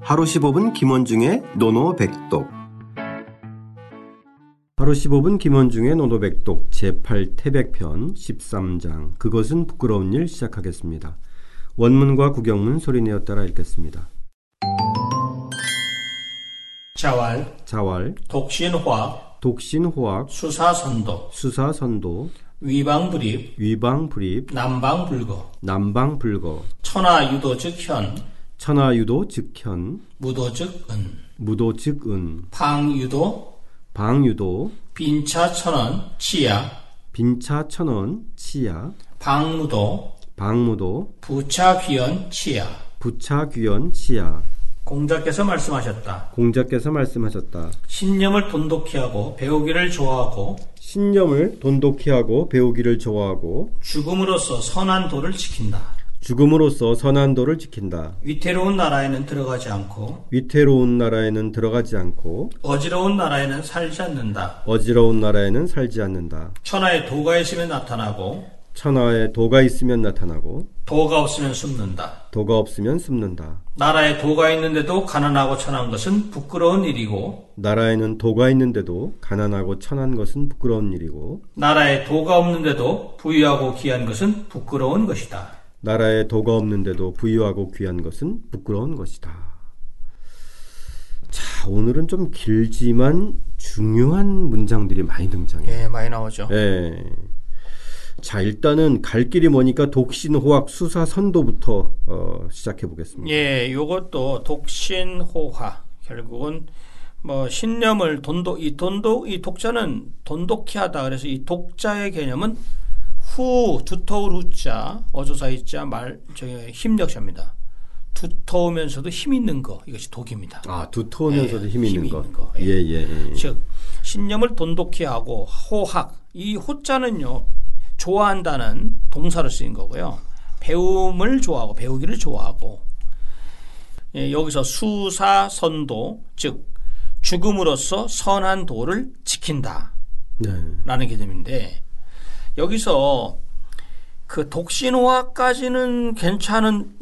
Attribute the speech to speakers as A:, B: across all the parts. A: 하루 15분 김원중의 노노백독 하루 15분 김원중의 노노백독 제8태백편 13장 그것은 부끄러운 일 시작하겠습니다. 원문과 구경문 소리내어 따라 읽겠습니다.
B: 자왈,
A: 자왈,
B: 독신화,
A: 독신호악,
B: 수사선도,
A: 수사선도,
B: 위방불입,
A: 위방불입,
B: 남방불거,
A: 남방불거,
B: 천하유도 즉현,
A: 천하유도 즉현,
B: 무도 즉은,
A: 무도 즉은,
B: 방유도,
A: 방유도,
B: 빈차천원, 치야,
A: 빈차천원, 치야,
B: 방무도,
A: 방무도,
B: 부차귀연, 치야.
A: 부차귀연, 치야,
B: 공자께서 말씀하셨다.
A: 공자께서 말씀하셨다.
B: 신념을 돈독히 하고 배우기를 좋아하고
A: 신념을 돈독히 하고 배우기를 좋아하고
B: 죽음으로써 선한 도를 지킨다.
A: 죽음으로써 선한 도를 지킨다.
B: 위태로운 나라에는 들어가지 않고
A: 위태로운 나라에는 들어가지 않고
B: 어지러운 나라에는 살지 않는다.
A: 어지러운 나라에는 살지 않는다.
B: 천하에 도가 있으면 나타나고
A: 천하에 도가 있으면 나타나고
B: 도가 없으면 숨는다.
A: 도가 없으면 숨는다.
B: 나라에 도가 있는데도 가난하고 천한 것은 부끄러운 일이고
A: 나라에는 도가 있는데도 가난하고 천한 것은 부끄러운 일이고
B: 나라에 도가 없는데도 부유하고 귀한 것은 부끄러운 것이다.
A: 나라에 도가 없는데도 부유하고 귀한 것은 부끄러운 것이다. 자, 오늘은 좀 길지만 중요한 문장들이 많이 등장해요.
B: 예, 많이 나오죠.
A: 예. 자, 일단은 갈 길이 뭐니까 독신 호학 수사 선도부터 어, 시작해 보겠습니다.
B: 예, 요것도 독신호화 결국은 뭐 신념을 돈독 이 돈독 이 독자는 돈독히 하다 그래서 이 독자의 개념은 후 두터울 후자 어조사이자 말 저기 힘력자입니다. 두터우면서도 힘 있는 거 이것이 독입니다.
A: 아, 두터우면서도
B: 예,
A: 힘이 있는
B: 힘이
A: 것.
B: 있는 거,
A: 예, 예. 예.
B: 즉 신념을 돈독히 하고 호학 이 호자는요 좋아한다는 동사로 쓰인 거고요 배움을 좋아하고 배우기를 좋아하고 예, 여기서 수사 선도 즉 죽음으로써 선한 도를 지킨다라는
A: 네.
B: 개념인데 여기서 그 독신호화까지는 괜찮은지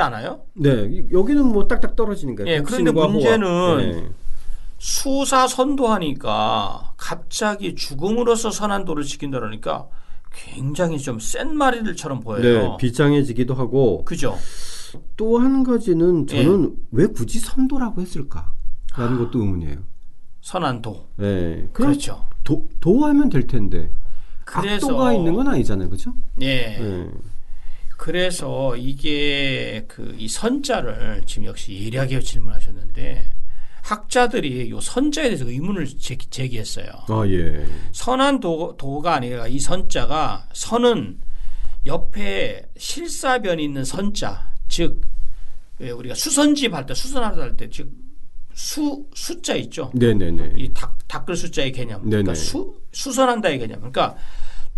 B: 않아요?
A: 네, 이- 여기는 뭐 딱딱 떨어지는 거예요.
B: 예, 그런데
A: 독신과 호학.
B: 문제는
A: 예.
B: 수사 선도하니까 갑자기 죽음으로서 선한 도를 지킨다라니까 굉장히 좀 센 말들처럼 보여요.
A: 네, 비장해지기도 하고
B: 그죠?
A: 또 한 가지는 저는
B: 예.
A: 왜 굳이 선도라고 했을까? 라는 것도 의문이에요.
B: 선한 도.
A: 예. 그럼
B: 아. 그렇죠.
A: 도, 도하면 될 텐데.
B: 그래서
A: 악도가 있는 건 아니잖아요. 그렇죠?
B: 예.
A: 예.
B: 그래서 이게 그 이 선자를 지금 역시 예리하게 질문하셨는데 학자들이 요 선자에 대해서 의문을 제기, 제기했어요.
A: 아, 예.
B: 선한 도, 도가 아니라 이 선자가 선은 옆에 실사변이 있는 선자 즉 예, 우리가 수선집 할 때 수선하다 할 때 즉 수 숫자 있죠
A: 네, 네, 네.
B: 이 닦, 닦을 숫자의 개념
A: 네네.
B: 그러니까 수, 수선한다의 개념 그러니까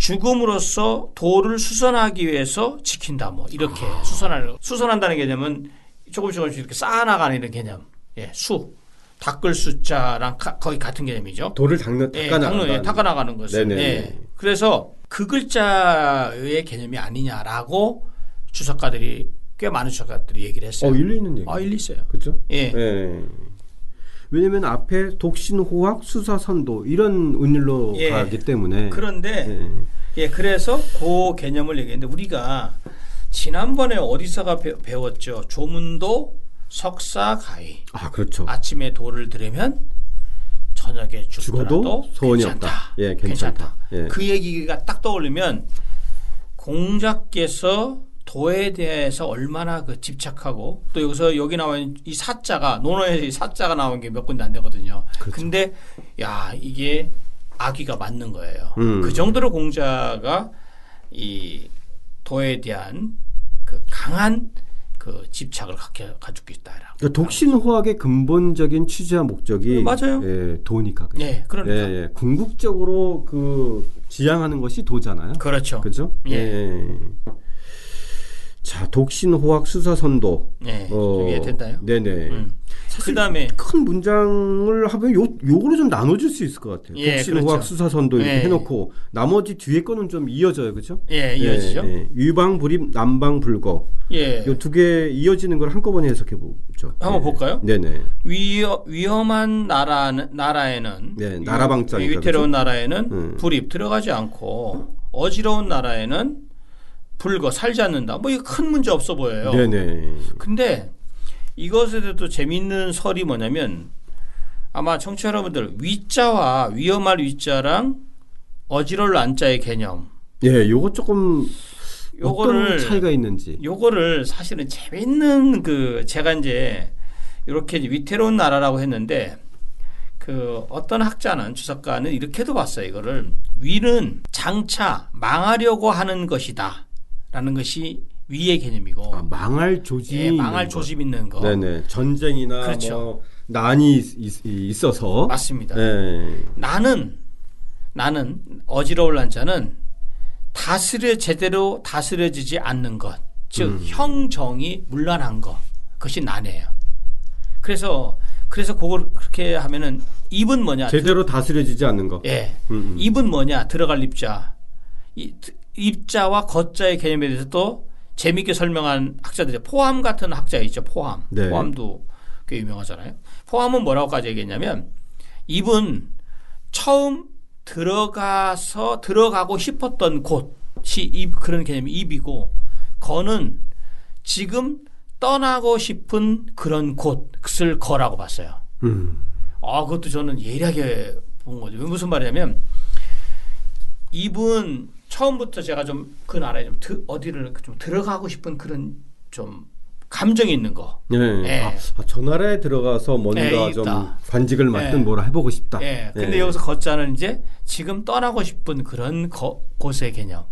B: 죽음으로써 도를 수선하기 위해서 지킨다 뭐 이렇게
A: 아.
B: 수선하는 수선한다는 개념은 조금씩 조금씩 이렇게 쌓아나가는 이런 개념 예수 닦을 숫자랑 가- 거의 같은 개념이죠
A: 돌을 닦는
B: 예,
A: 닦아
B: 당론, 예,
A: 나간다.
B: 닦아나가는 것은.
A: 네네네.
B: 예. 그래서 그 글자의 개념이 아니냐라고 주석가들이 꽤 많은 주석가들이 얘기를 했어요.
A: 어, 일리 있는 얘기.
B: 아, 일리 있어요.
A: 그렇죠?
B: 예.
A: 왜냐면 앞에 독신 호학 수사 선도 이런 운율로
B: 예.
A: 가기 때문에
B: 그런데
A: 예.
B: 예, 그래서 그 개념을 얘기했는데 우리가 지난번에 어디서가 배, 배웠죠? 조문도 석사가위.
A: 아, 그렇죠.
B: 아침에 도를 들으면 저녁에 죽더라도
A: 죽어도 소원이
B: 괜찮다.
A: 없다. 예, 괜찮다. 예.
B: 그 얘기가 딱 떠올리면 공자께서 도에 대해서 얼마나 그 집착하고 또 여기서 여기 나와 있는 이 사자가 논어에서 이 사자가 나온 게 몇 군데 안 되거든요.
A: 그렇죠.
B: 근데 야 이게 아기가 맞는 거예요.
A: 음.
B: 그 정도로 공자가 이 도에 대한 그 강한 그 집착을 갖게 가지고 있다라.
A: 그러니까 독신 호학의 근본적인 취지와 목적이
B: 네, 맞아요.
A: 예, 도니까. 그죠?
B: 네, 그러니까
A: 예, 예. 궁극적으로 그 지향하는 것이 도잖아요.
B: 그렇죠.
A: 그죠?
B: 예.
A: 예. 자, 독신 호학 수사 선도.
B: 네, 저기에 된다요.
A: 어, 네네.
B: 음.
A: 사실
B: 그다음에
A: 큰 문장을 하면 요 요거로 좀 나눠줄 수 있을 것 같아요.
B: 예,
A: 독신
B: 그렇죠.
A: 호학 수사 선도 이렇게
B: 예.
A: 해놓고 나머지 뒤에 거는 좀 이어져요, 그렇죠?
B: 예 이어지죠.
A: 예, 예. 유방 불입 남방 불거.
B: 예,
A: 요 두 개 이어지는 걸 한꺼번에 해석해 보죠. 예.
B: 한번 볼까요?
A: 네네.
B: 위험 위험한 나라는 나라에는
A: 네, 나라 방자니까,
B: 위- 위태로운 나라에는
A: 음.
B: 불입 들어가지 않고 어지러운 나라에는 불거 살지 않는다. 뭐 이거 큰 문제 없어 보여요.
A: 네네.
B: 근데 이것에 대해서 또 재밌는 설이 뭐냐면 아마 청취자 여러분들 위자와 위험할 위자랑 어지러울 안자의 개념
A: 예, 요거 조금 어떤
B: 요거를
A: 차이가 있는지.
B: 요거를 사실은 재밌는 그 제가 이제 이렇게 이제 위태로운 나라라고 했는데 그 어떤 학자는 주석가는 이렇게도 봤어요 이거를 위는 장차 망하려고 하는 것이다라는 것이 위의 개념이고
A: 아, 망할 조짐이
B: 어. 예, 망할
A: 있는 거.
B: 조짐 있는 거
A: 네네. 전쟁이나
B: 그렇죠.
A: 뭐 난이 있, 있, 어서
B: 맞습니다.
A: 네.
B: 나는 나는 어지러울 난자는 다스려 제대로 다스려지지 않는 것, 즉 형정이 물란한 것, 그것이 난해요. 그래서 그래서 그걸 그렇게 하면은 입은 뭐냐?
A: 제대로 다스려지지 않는 거.
B: 예,
A: 음, 음.
B: 입은 뭐냐? 들어갈 입자, 이- 입자와 겉자의 개념에 대해서 또 재미있게 설명한 학자들이 포함 같은 학자 있죠. 포함,
A: 네.
B: 포함도 꽤 유명하잖아요. 포함은 뭐라고까지 얘기했냐면 입은 처음 들어가서 들어가고 싶었던 곳이 입 그런 개념이 입이고 거는 지금 떠나고 싶은 그런 곳을 거라고 봤어요.
A: 음.
B: 아 그것도 저는 예리하게 본 거죠. 왜 무슨 말이냐면 입은 처음부터 제가 좀 그 나라에 좀 드- 어디를 좀 들어가고 싶은 그런 좀 감정이 있는 거.
A: 예.
B: 예.
A: 아, 아, 저 나라에 들어가서 뭔가
B: 예,
A: 좀
B: 있다.
A: 관직을 맡든
B: 예.
A: 뭐라 해보고 싶다.
B: 예. 근데
A: 예.
B: 여기서 걷자는 이제 지금 떠나고 싶은 그런 거- 곳의 개념.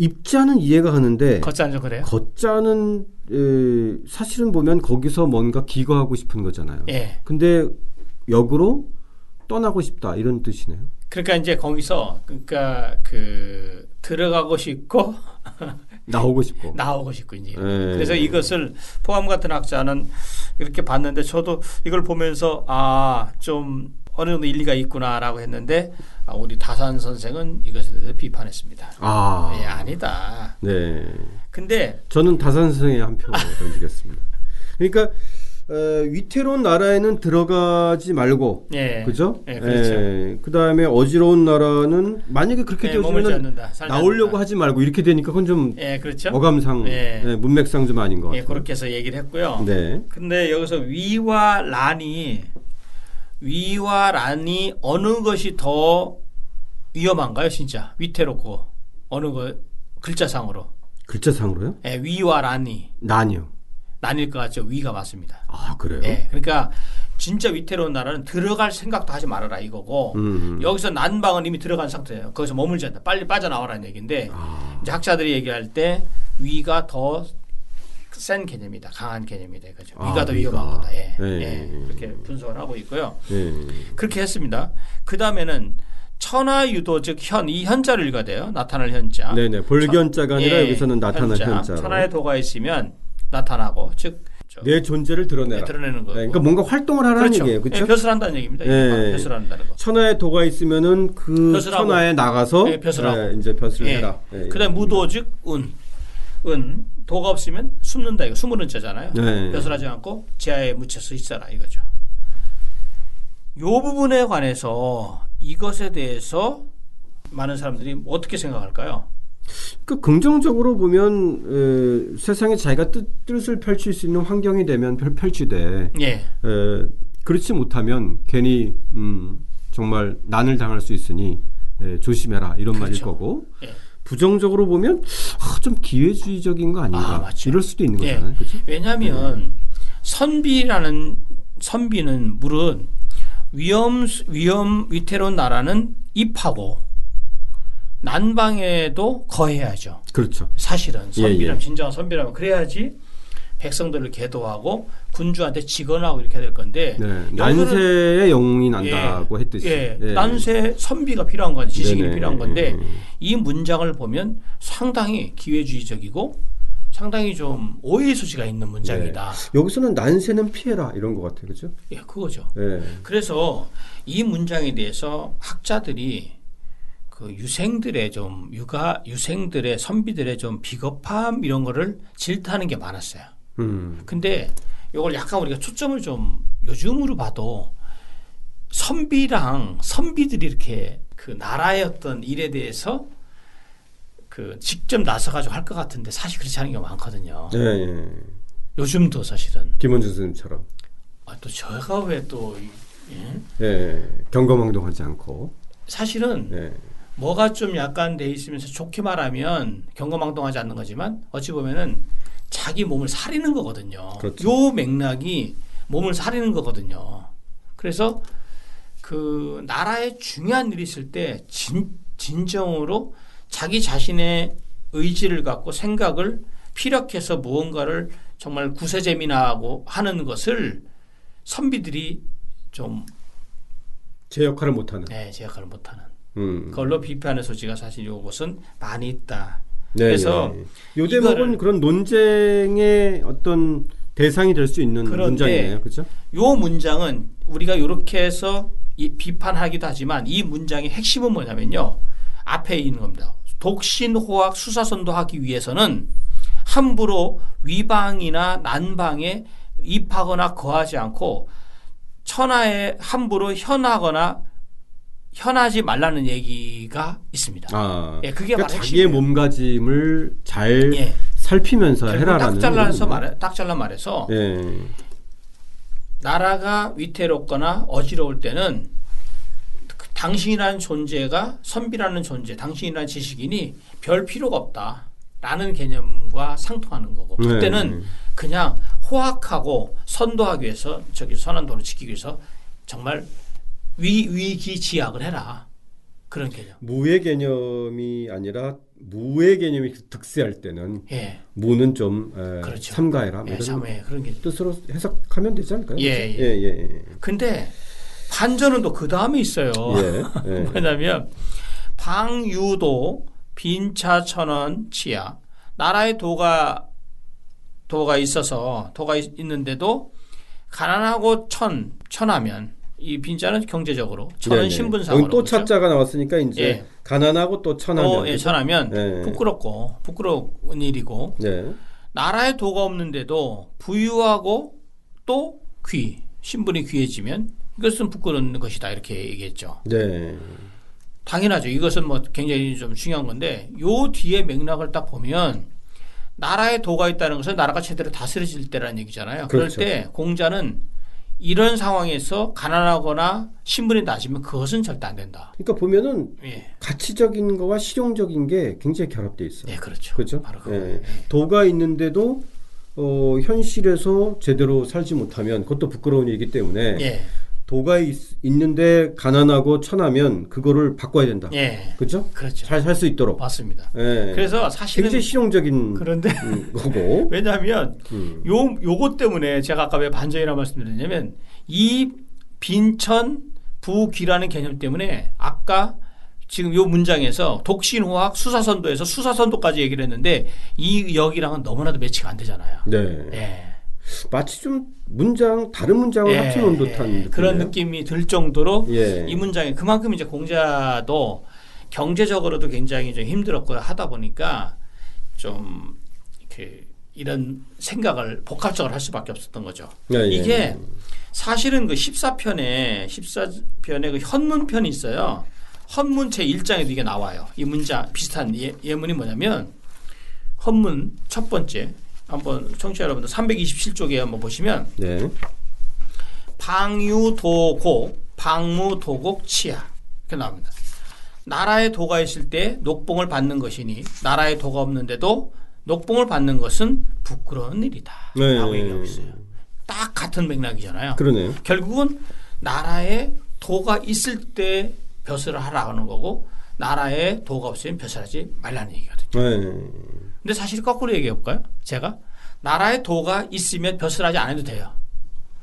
A: 입자는 이해가 가는데
B: 걷자는 좀 그래요?
A: 걷자는 에, 사실은 보면 거기서 뭔가 기거하고 싶은 거잖아요.
B: 예.
A: 근데 역으로 떠나고 싶다 이런 뜻이네요.
B: 그러니까 이제 거기서 그러니까 그 들어가고 싶고
A: 나오고 싶고.
B: 나오고 싶고 이제.
A: 예.
B: 네. 그래서 이것을 포함 같은 학자는 이렇게 봤는데 저도 이걸 보면서 아 좀 어느 정도 일리가 있구나라고 했는데 아, 우리 다산 선생은 이것에 대해서 비판했습니다.
A: 아.
B: 예, 아니다.
A: 네.
B: 근데
A: 저는 다산 선생의 한 표를 던지겠습니다. 그러니까 어, 위태로운 나라에는 들어가지 말고
B: 예,
A: 그죠?
B: 예, 그렇죠.
A: 다음에 어지러운 나라는 만약에 그렇게
B: 예, 머물지
A: 되어지면
B: 않는다. 살지
A: 나오려고
B: 않는다.
A: 하지 말고 이렇게 되니까 그건 좀
B: 예, 그렇죠.
A: 어감상
B: 예.
A: 예, 문맥상 좀 아닌 것
B: 예, 그렇죠.
A: 같아요.
B: 그렇게 해서 얘기를 했고요.
A: 네.
B: 근데 여기서 위와 란이 위와 란이 어느 것이 더 위험한가요, 진짜? 위태롭고 어느 거 글자상으로
A: 글자상으로요?
B: 예, 위와 란이
A: 난이요.
B: 난일 것 같죠? 위가 맞습니다.
A: 아 그래요?
B: 예, 그러니까 진짜 위태로운 나라는 들어갈 생각도 하지 말아라 이거고
A: 음.
B: 여기서 난방은 이미 들어간 상태예요. 거기서 머물지 않다. 빨리 빠져나와라는 얘기인데
A: 아,
B: 이제 학자들이 얘기할 때 위가 더 센 개념이다. 강한 개념이다. 그죠.
A: 아,
B: 위가 더
A: 위가.
B: 위험한 거다. 예.
A: 예,
B: 예.
A: 예, 예.
B: 그렇게 분석을 하고 있고요.
A: 예.
B: 그렇게 했습니다. 그다음에는 천하유도 즉 현 이 현자를 읽어야 돼요. 나타날 현자.
A: 네네. 볼견자가 아니라
B: 예,
A: 여기서는 나타날 현자.
B: 천하의 도가 있으면 나타나고 즉 저-
A: 내 존재를 드러내라.
B: 드러내는
A: 네,
B: 거고.
A: 그러니까 뭔가 활동을 하라는 얘기예요,
B: 예,
A: 그렇죠?
B: 벼슬한다는 얘기입니다.
A: 예.
B: 예. 벼슬한다는 거.
A: 천하에 도가 있으면은 그
B: 벼슬하고.
A: 천하에 나가서
B: 예, 벼슬하고.
A: 예, 이제 벼슬을
B: 예.
A: 해라. 예,
B: 그다음
A: 예.
B: 무도즉 은. 은 도가 없으면 숨는다 이거 숨은 은자잖아요.
A: 예.
B: 벼슬하지 않고 지하에 묻혀서 있어라 이거죠. 요 부분에 관해서 이것에 대해서 많은 사람들이 어떻게 생각할까요?
A: 그러니까 긍정적으로 보면 에, 세상에 자기가 뜻, 뜻을 펼칠 수 있는 환경이 되면 펼, 펼치되
B: 예.
A: 에, 그렇지 못하면 괜히 음, 정말 난을 당할 수 있으니 에, 조심해라 이런 말일
B: 그렇죠.
A: 거고
B: 예.
A: 부정적으로 보면 아, 좀 기회주의적인 거 아닌가
B: 아, 맞죠.
A: 이럴 수도 있는
B: 예.
A: 거잖아요. 그렇죠?
B: 왜냐하면 선비라는 선비는 물은 위험 위험 위태로운 나라는 입하고 난방에도 거해야죠.
A: 그렇죠.
B: 사실은
A: 예,
B: 선비라면
A: 예.
B: 진정한 선비라면 그래야지 백성들을 계도하고 군주한테 직언하고 이렇게 해야 될 건데
A: 네. 난세의 영웅이 난다고 했듯이.
B: 예,
A: 예.
B: 난세 선비가 필요한 건 지식이
A: 네네.
B: 필요한 건데
A: 예.
B: 이 문장을 보면 상당히 기회주의적이고 상당히 좀 오해의 소지가 있는 문장이다.
A: 여기서는 난세는 피해라 이런 것 같아요, 그렇죠?
B: 예, 그거죠.
A: 예.
B: 그래서 이 문장에 대해서 학자들이 그 유생들의 좀 유가 유생들의 선비들의 좀 비겁함 이런 거를 질타하는 게 많았어요.
A: 음.
B: 근데 이걸 약간 우리가 초점을 좀 요즘으로 봐도 선비랑 선비들이 이렇게 그 나라의 어떤 일에 대해서 그 직접 나서가지고 할 것 같은데 사실 그렇지 않은 경우가 많거든요.
A: 예, 예.
B: 요즘도 사실은
A: 김원준 선생님처럼.
B: 아, 또 제가 왜 또 예?
A: 예. 경거망동하지 않고.
B: 사실은
A: 예.
B: 뭐가 좀 약간 돼 있으면서 좋게 말하면 경거망동하지 않는 거지만 어찌 보면은 자기 몸을 사리는 거거든요.
A: 그렇죠.
B: 요 맥락이 몸을 사리는 거거든요. 그래서 그 나라에 중요한 일이 있을 때 진, 진정으로 자기 자신의 의지를 갖고 생각을 피력해서 무언가를 정말 구세재미나하고 하는 것을 선비들이 좀
A: 제 역할을 못하는.
B: 네, 제 역할을 못하는
A: 음.
B: 그걸로 비판의 소지가 사실 이것은 많이 있다.
A: 네,
B: 그래서
A: 네. 요 대목은
B: 이거를-
A: 그런 논쟁의 어떤 대상이 될 수 있는
B: 그런데- 예.
A: 문장이네요, 그렇죠?
B: 요 문장은 우리가 이렇게 해서 이 비판하기도 하지만 이 문장의 핵심은 뭐냐면요. 앞에 있는 겁니다. 독신호학 수사선도 하기 위해서는 함부로 위방이나 난방에 입하거나 거하지 않고 천하에 함부로 현하거나 현하지 말라는 얘기가 있습니다.
A: 아,
B: 예, 그게
A: 그러니까
B: 바로
A: 자기의
B: 핵심이에요.
A: 몸가짐을 잘
B: 예.
A: 살피면서
B: 결국 딱
A: 해라라는.
B: 잘라서
A: 거군요.
B: 말해, 딱 잘라 말해서
A: 예,
B: 나라가 위태롭거나 어지러울 때는 그 당신이라는 존재가 선비라는 존재, 당신이라는 지식인이 별 필요가 없다라는 개념과 상통하는 거고
A: 네.
B: 그때는 그냥 호악하고 선도하기 위해서 저기 선한 도를 지키기 위해서 정말 위 위기지약을 해라 그런 개념.
A: 무의 개념이 아니라 무의 개념이 득세할 때는
B: 예,
A: 무는 좀 에,
B: 그렇죠.
A: 삼가해라 뭐
B: 예,
A: 이런
B: 사회 그런 개념.
A: 뜻으로 해석하면 되지 않을까요?
B: 예,
A: 그렇죠? 예,
B: 예.
A: 예,
B: 근데 반전은 또 그 다음에 있어요.
A: 예. 예.
B: 뭐냐면 방유도 빈차 천원 치하 나라에 도가 도가 있어서 도가 있- 있는데도 가난하고 천 천하면 이 빈자는 경제적으로 천은
A: 네, 네.
B: 신분상으로
A: 여기 또
B: 그렇죠?
A: 차자가 나왔으니까 이제
B: 예.
A: 가난하고 또 천하면
B: 또, 예, 천하면
A: 네.
B: 부끄럽고 부끄러운 일이고
A: 네.
B: 나라에 도가 없는데도 부유하고 또 귀 신분이 귀해지면 이것은 부끄러운 것이다 이렇게 얘기했죠.
A: 네.
B: 당연하죠. 이것은 뭐 굉장히 좀 중요한 건데 요 뒤에 맥락을 딱 보면 나라에 도가 있다는 것은 나라가 제대로 다스려질 때라는 얘기잖아요. 그럴
A: 그렇죠.
B: 때 공자는 이런 상황에서 가난하거나 신분이 낮으면 그것은 절대 안 된다.
A: 그러니까 보면은
B: 예,
A: 가치적인 거와 실용적인 게 굉장히 결합돼 있어요.
B: 네, 그렇죠.
A: 그렇죠?
B: 바로 그거.
A: 예. 도가 있는데도 어, 현실에서 제대로 살지 못하면 그것도 부끄러운 일이기 때문에
B: 예,
A: 도가 있, 는데 가난하고 천하면 그거를 바꿔야 된다.
B: 예,
A: 그렇죠?
B: 그렇죠.
A: 잘 살 수 있도록.
B: 맞습니다.
A: 예.
B: 그래서 사실은 그렇죠.
A: 굉장히 실용적인
B: 그런데
A: 음, 거고.
B: 왜냐하면
A: 음.
B: 요 요것 때문에 제가 아까 왜 반전이라 말씀드렸냐면 이 빈천 부귀라는 개념 때문에 아까 지금 요 문장에서 독신호학 수사선도에서 수사선도까지 얘기를 했는데 이 역이랑은 너무나도 매치가 안 되잖아요.
A: 네.
B: 예.
A: 마치 좀 문장 다른 문장을
B: 예,
A: 합쳐놓은 듯한
B: 예. 그런
A: 느낌이네요.
B: 느낌이 들 정도로
A: 예.
B: 이 문장에 그만큼 이제 공자도 경제적으로도 굉장히 좀 힘들었고 하다 보니까 좀 이렇게 이런 생각을 복합적으로 할 수밖에 없었던 거죠.
A: 예, 예.
B: 이게 사실은 그 14편에 14편에 그 현문편이 있어요. 헌문 제 1장에도 이게 나와요. 이 문장 비슷한 예, 예문이 뭐냐면 헌문 첫 번째 한번 청취자 여러분들 327쪽에 한번 보시면
A: 네.
B: 방유도고 방무도곡 치하 이렇게 나옵니다. 나라에 도가 있을 때 녹봉을 받는 것이니 나라에 도가 없는데도 녹봉을 받는 것은 부끄러운 일이다.
A: 네.
B: 라고 얘기하고 있어요. 딱 같은 맥락이잖아요.
A: 그러네요.
B: 결국은 나라에 도가 있을 때 벼슬을 하라는 거고 나라에 도가 없으면 벼슬하지 말라는 얘기거든요.
A: 예.
B: 근데 사실 거꾸로 얘기해 볼까요? 제가 나라의 도가 있으면 벼슬 하지 않아도 돼요.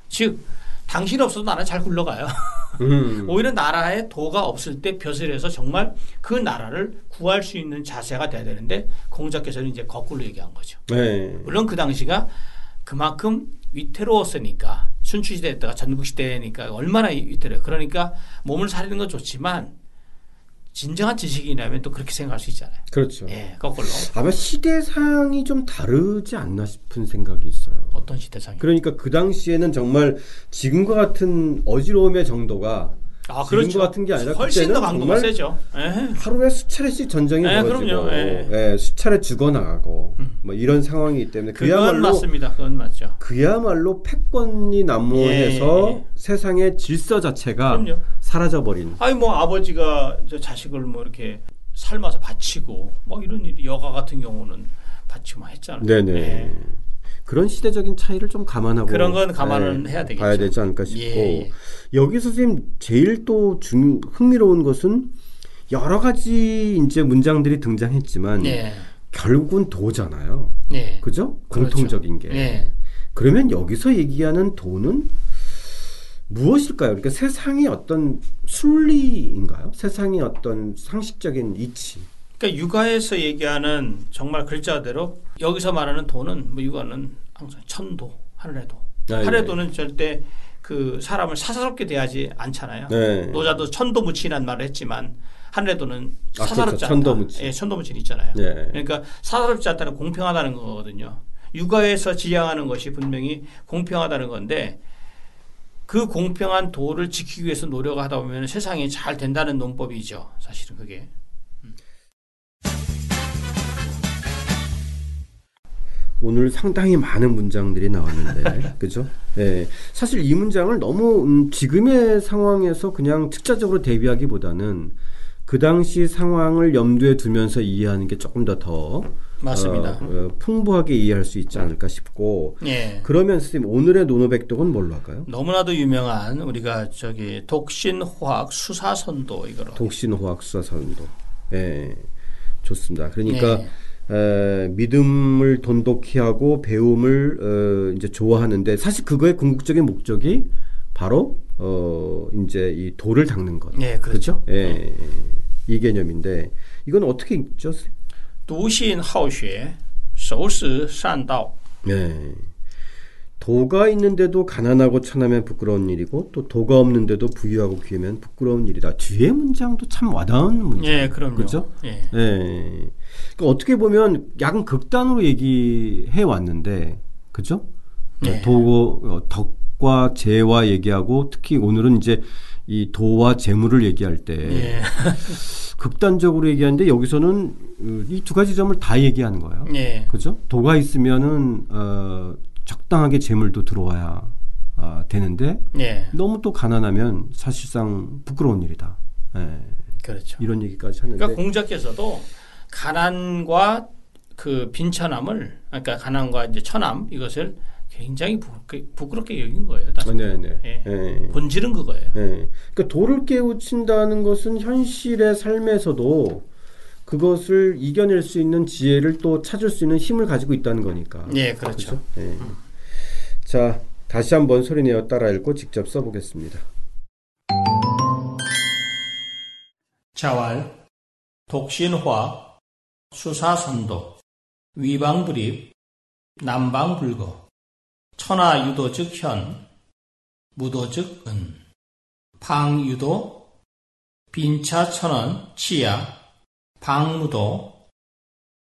B: 즉 당신 없어도 나라 잘 굴러가요.
A: 음.
B: 오히려 나라의 도가 없을 때 벼슬해서 정말 그 나라를 구할 수 있는 자세가 돼야 되는데 공자께서는 이제 거꾸로 얘기한 거죠.
A: 네.
B: 물론 그 당시가 그만큼 위태로웠으니까 순추 시대였다가 전국 시대니까 얼마나 위태로워. 그러니까 몸을 사리는 건 좋지만 진정한 지식이라면 또 그렇게 생각할 수 있잖아요.
A: 그렇죠.
B: 예, 거꾸로
A: 아마 시대 사양이 좀 다르지 않나 싶은 생각이 있어요.
B: 어떤 시대상이.
A: 그러니까 그 당시에는 정말 지금과 같은 어지러움의 정도가
B: 아,
A: 지금과
B: 그렇죠.
A: 같은 게 아니라
B: 훨씬 더
A: 그때는
B: 강도가
A: 정말
B: 세죠. 예.
A: 하루에 수차례씩 전쟁이
B: 예,
A: 벌어지고
B: 그럼요. 예. 음.
A: 예, 수차례 죽어나가고 뭐 이런 상황이기 때문에
B: 그건
A: 그야말로
B: 맞습니다. 그건 맞죠.
A: 그야말로 패권이 난무해서
B: 예.
A: 세상의 질서 자체가
B: 그럼요.
A: 사라져버린
B: 아니 뭐 아버지가 저 자식을 뭐 이렇게 삶아서 바치고 뭐 이런 일이 여가 같은 경우는 바치고 했잖아요.
A: 네네
B: 예.
A: 그런 시대적인 차이를 좀 감안하고
B: 그런 건 감안을
A: 예,
B: 해야 되겠죠.
A: 봐야 되지 않을까 싶고
B: 예.
A: 여기 선생님 제일 또 중, 흥미로운 것은 여러 가지 이제 문장들이 등장했지만
B: 네.
A: 결국은 도잖아요.
B: 네.
A: 그죠?
B: 그렇죠.
A: 공통적인 게.
B: 네.
A: 그러면 여기서 얘기하는 도는 무엇일까요? 그러니까 세상의 어떤 순리인가요? 세상의 어떤 상식적인 이치.
B: 그러니까 육아에서 얘기하는 정말 글자대로 여기서 말하는 돈은 뭐 육아는 항상 천도, 하늘의 도.
A: 아, 예.
B: 하늘의 도는 절대 그 사람을 사사롭게 대하지 않잖아요.
A: 네.
B: 노자도 천도무친이란 말을 했지만 하늘의 도는
A: 아, 그렇죠.
B: 사사롭지 않다.
A: 천도무친.
B: 예, 천도무친 있잖아요.
A: 네.
B: 그러니까 사사롭지 않다는 공평하다는 거거든요. 육아에서 지향하는 것이 분명히 공평하다는 건데 그 공평한 도를 지키기 위해서 노력하다 보면 세상이 잘 된다는 논법이죠. 사실은 그게.
A: 오늘 상당히 많은 문장들이 나왔는데, 그죠? 네. 사실 이 문장을 너무 음, 지금의 상황에서 그냥 즉자적으로 대비하기보다는 그 당시 상황을 염두에 두면서 이해하는 게 조금 더더 어,
B: 맞습니다.
A: 풍부하게 이해할 수 있지 않을까 싶고
B: 예.
A: 그러면 선생님 오늘의 노노백독은 뭘로 할까요?
B: 너무나도 유명한 우리가 저기 독신 호학 수사선도 이거로.
A: 독신호학수사선도. 예. 좋습니다. 그러니까
B: 예.
A: 에, 믿음을 돈독히 하고 배움을 어, 이제 좋아하는데 사실 그거의 궁극적인 목적이 바로 어, 이제 이 도를 닦는 것.
B: 예, 그렇죠.
A: 예. 이 개념인데 이건 어떻게 읽죠? 선생님?
B: 独信 하오쉐, 守时善道.
A: 네. 도가 있는데도 가난하고 천하면 부끄러운 일이고 또 도가 없는데도 부유하고 귀하면 부끄러운 일이다. 뒤에 문장도 참 와닿은 문장.
B: 예, 그럼요.
A: 그렇죠?
B: 예.
A: 예. 그러니까 어떻게 보면 약간 극단으로 얘기해 왔는데, 그죠?
B: 네.
A: 도, 어, 덕과 재와 얘기하고 특히 오늘은 이제 이 도와 재물을 얘기할 때
B: 예.
A: 극단적으로 얘기하는데 여기서는 이 두 가지 점을 다 얘기하는 거예요.
B: 예.
A: 그죠? 도가 있으면은 어, 적당하게 재물도 들어와야 아, 되는데
B: 예.
A: 너무 또 가난하면 사실상 부끄러운 일이다. 예.
B: 그렇죠.
A: 이런 얘기까지 하는데
B: 그러니까 공자께서도 가난과 그 빈천함을 그러니까 가난과 이제 천함 이것을 굉장히 부끄럽게, 부끄럽게 여긴 거예요. 다시
A: 네, 네.
B: 예.
A: 예.
B: 본질은 그거예요.
A: 예. 그러니까 도를 깨우친다는 것은 현실의 삶에서도 그것을 이겨낼 수 있는 지혜를 또 찾을 수 있는 힘을 가지고 있다는 거니까.
B: 예, 그렇죠.
A: 그죠? 예. 자, 다시 한번 소리내어 따라 읽고 직접 써보겠습니다.
B: 자왈, 독신화, 수사선도, 위방불입, 남방불거, 천하유도 즉 현, 무도 즉 은, 방유도, 빈차천원 치야, 방무도,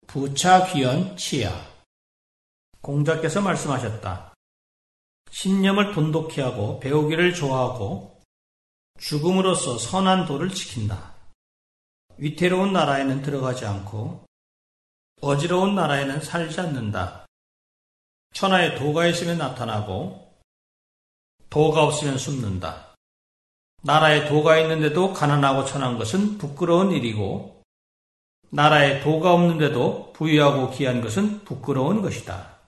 B: 부차귀연 치야. 공자께서 말씀하셨다. 신념을 돈독히 하고 배우기를 좋아하고 죽음으로써 선한 도를 지킨다. 위태로운 나라에는 들어가지 않고 어지러운 나라에는 살지 않는다. 천하에 도가 있으면 나타나고 도가 없으면 숨는다. 나라에 도가 있는데도 가난하고 천한 것은 부끄러운 일이고 나라에 도가 없는데도 부유하고 귀한 것은 부끄러운 것이다.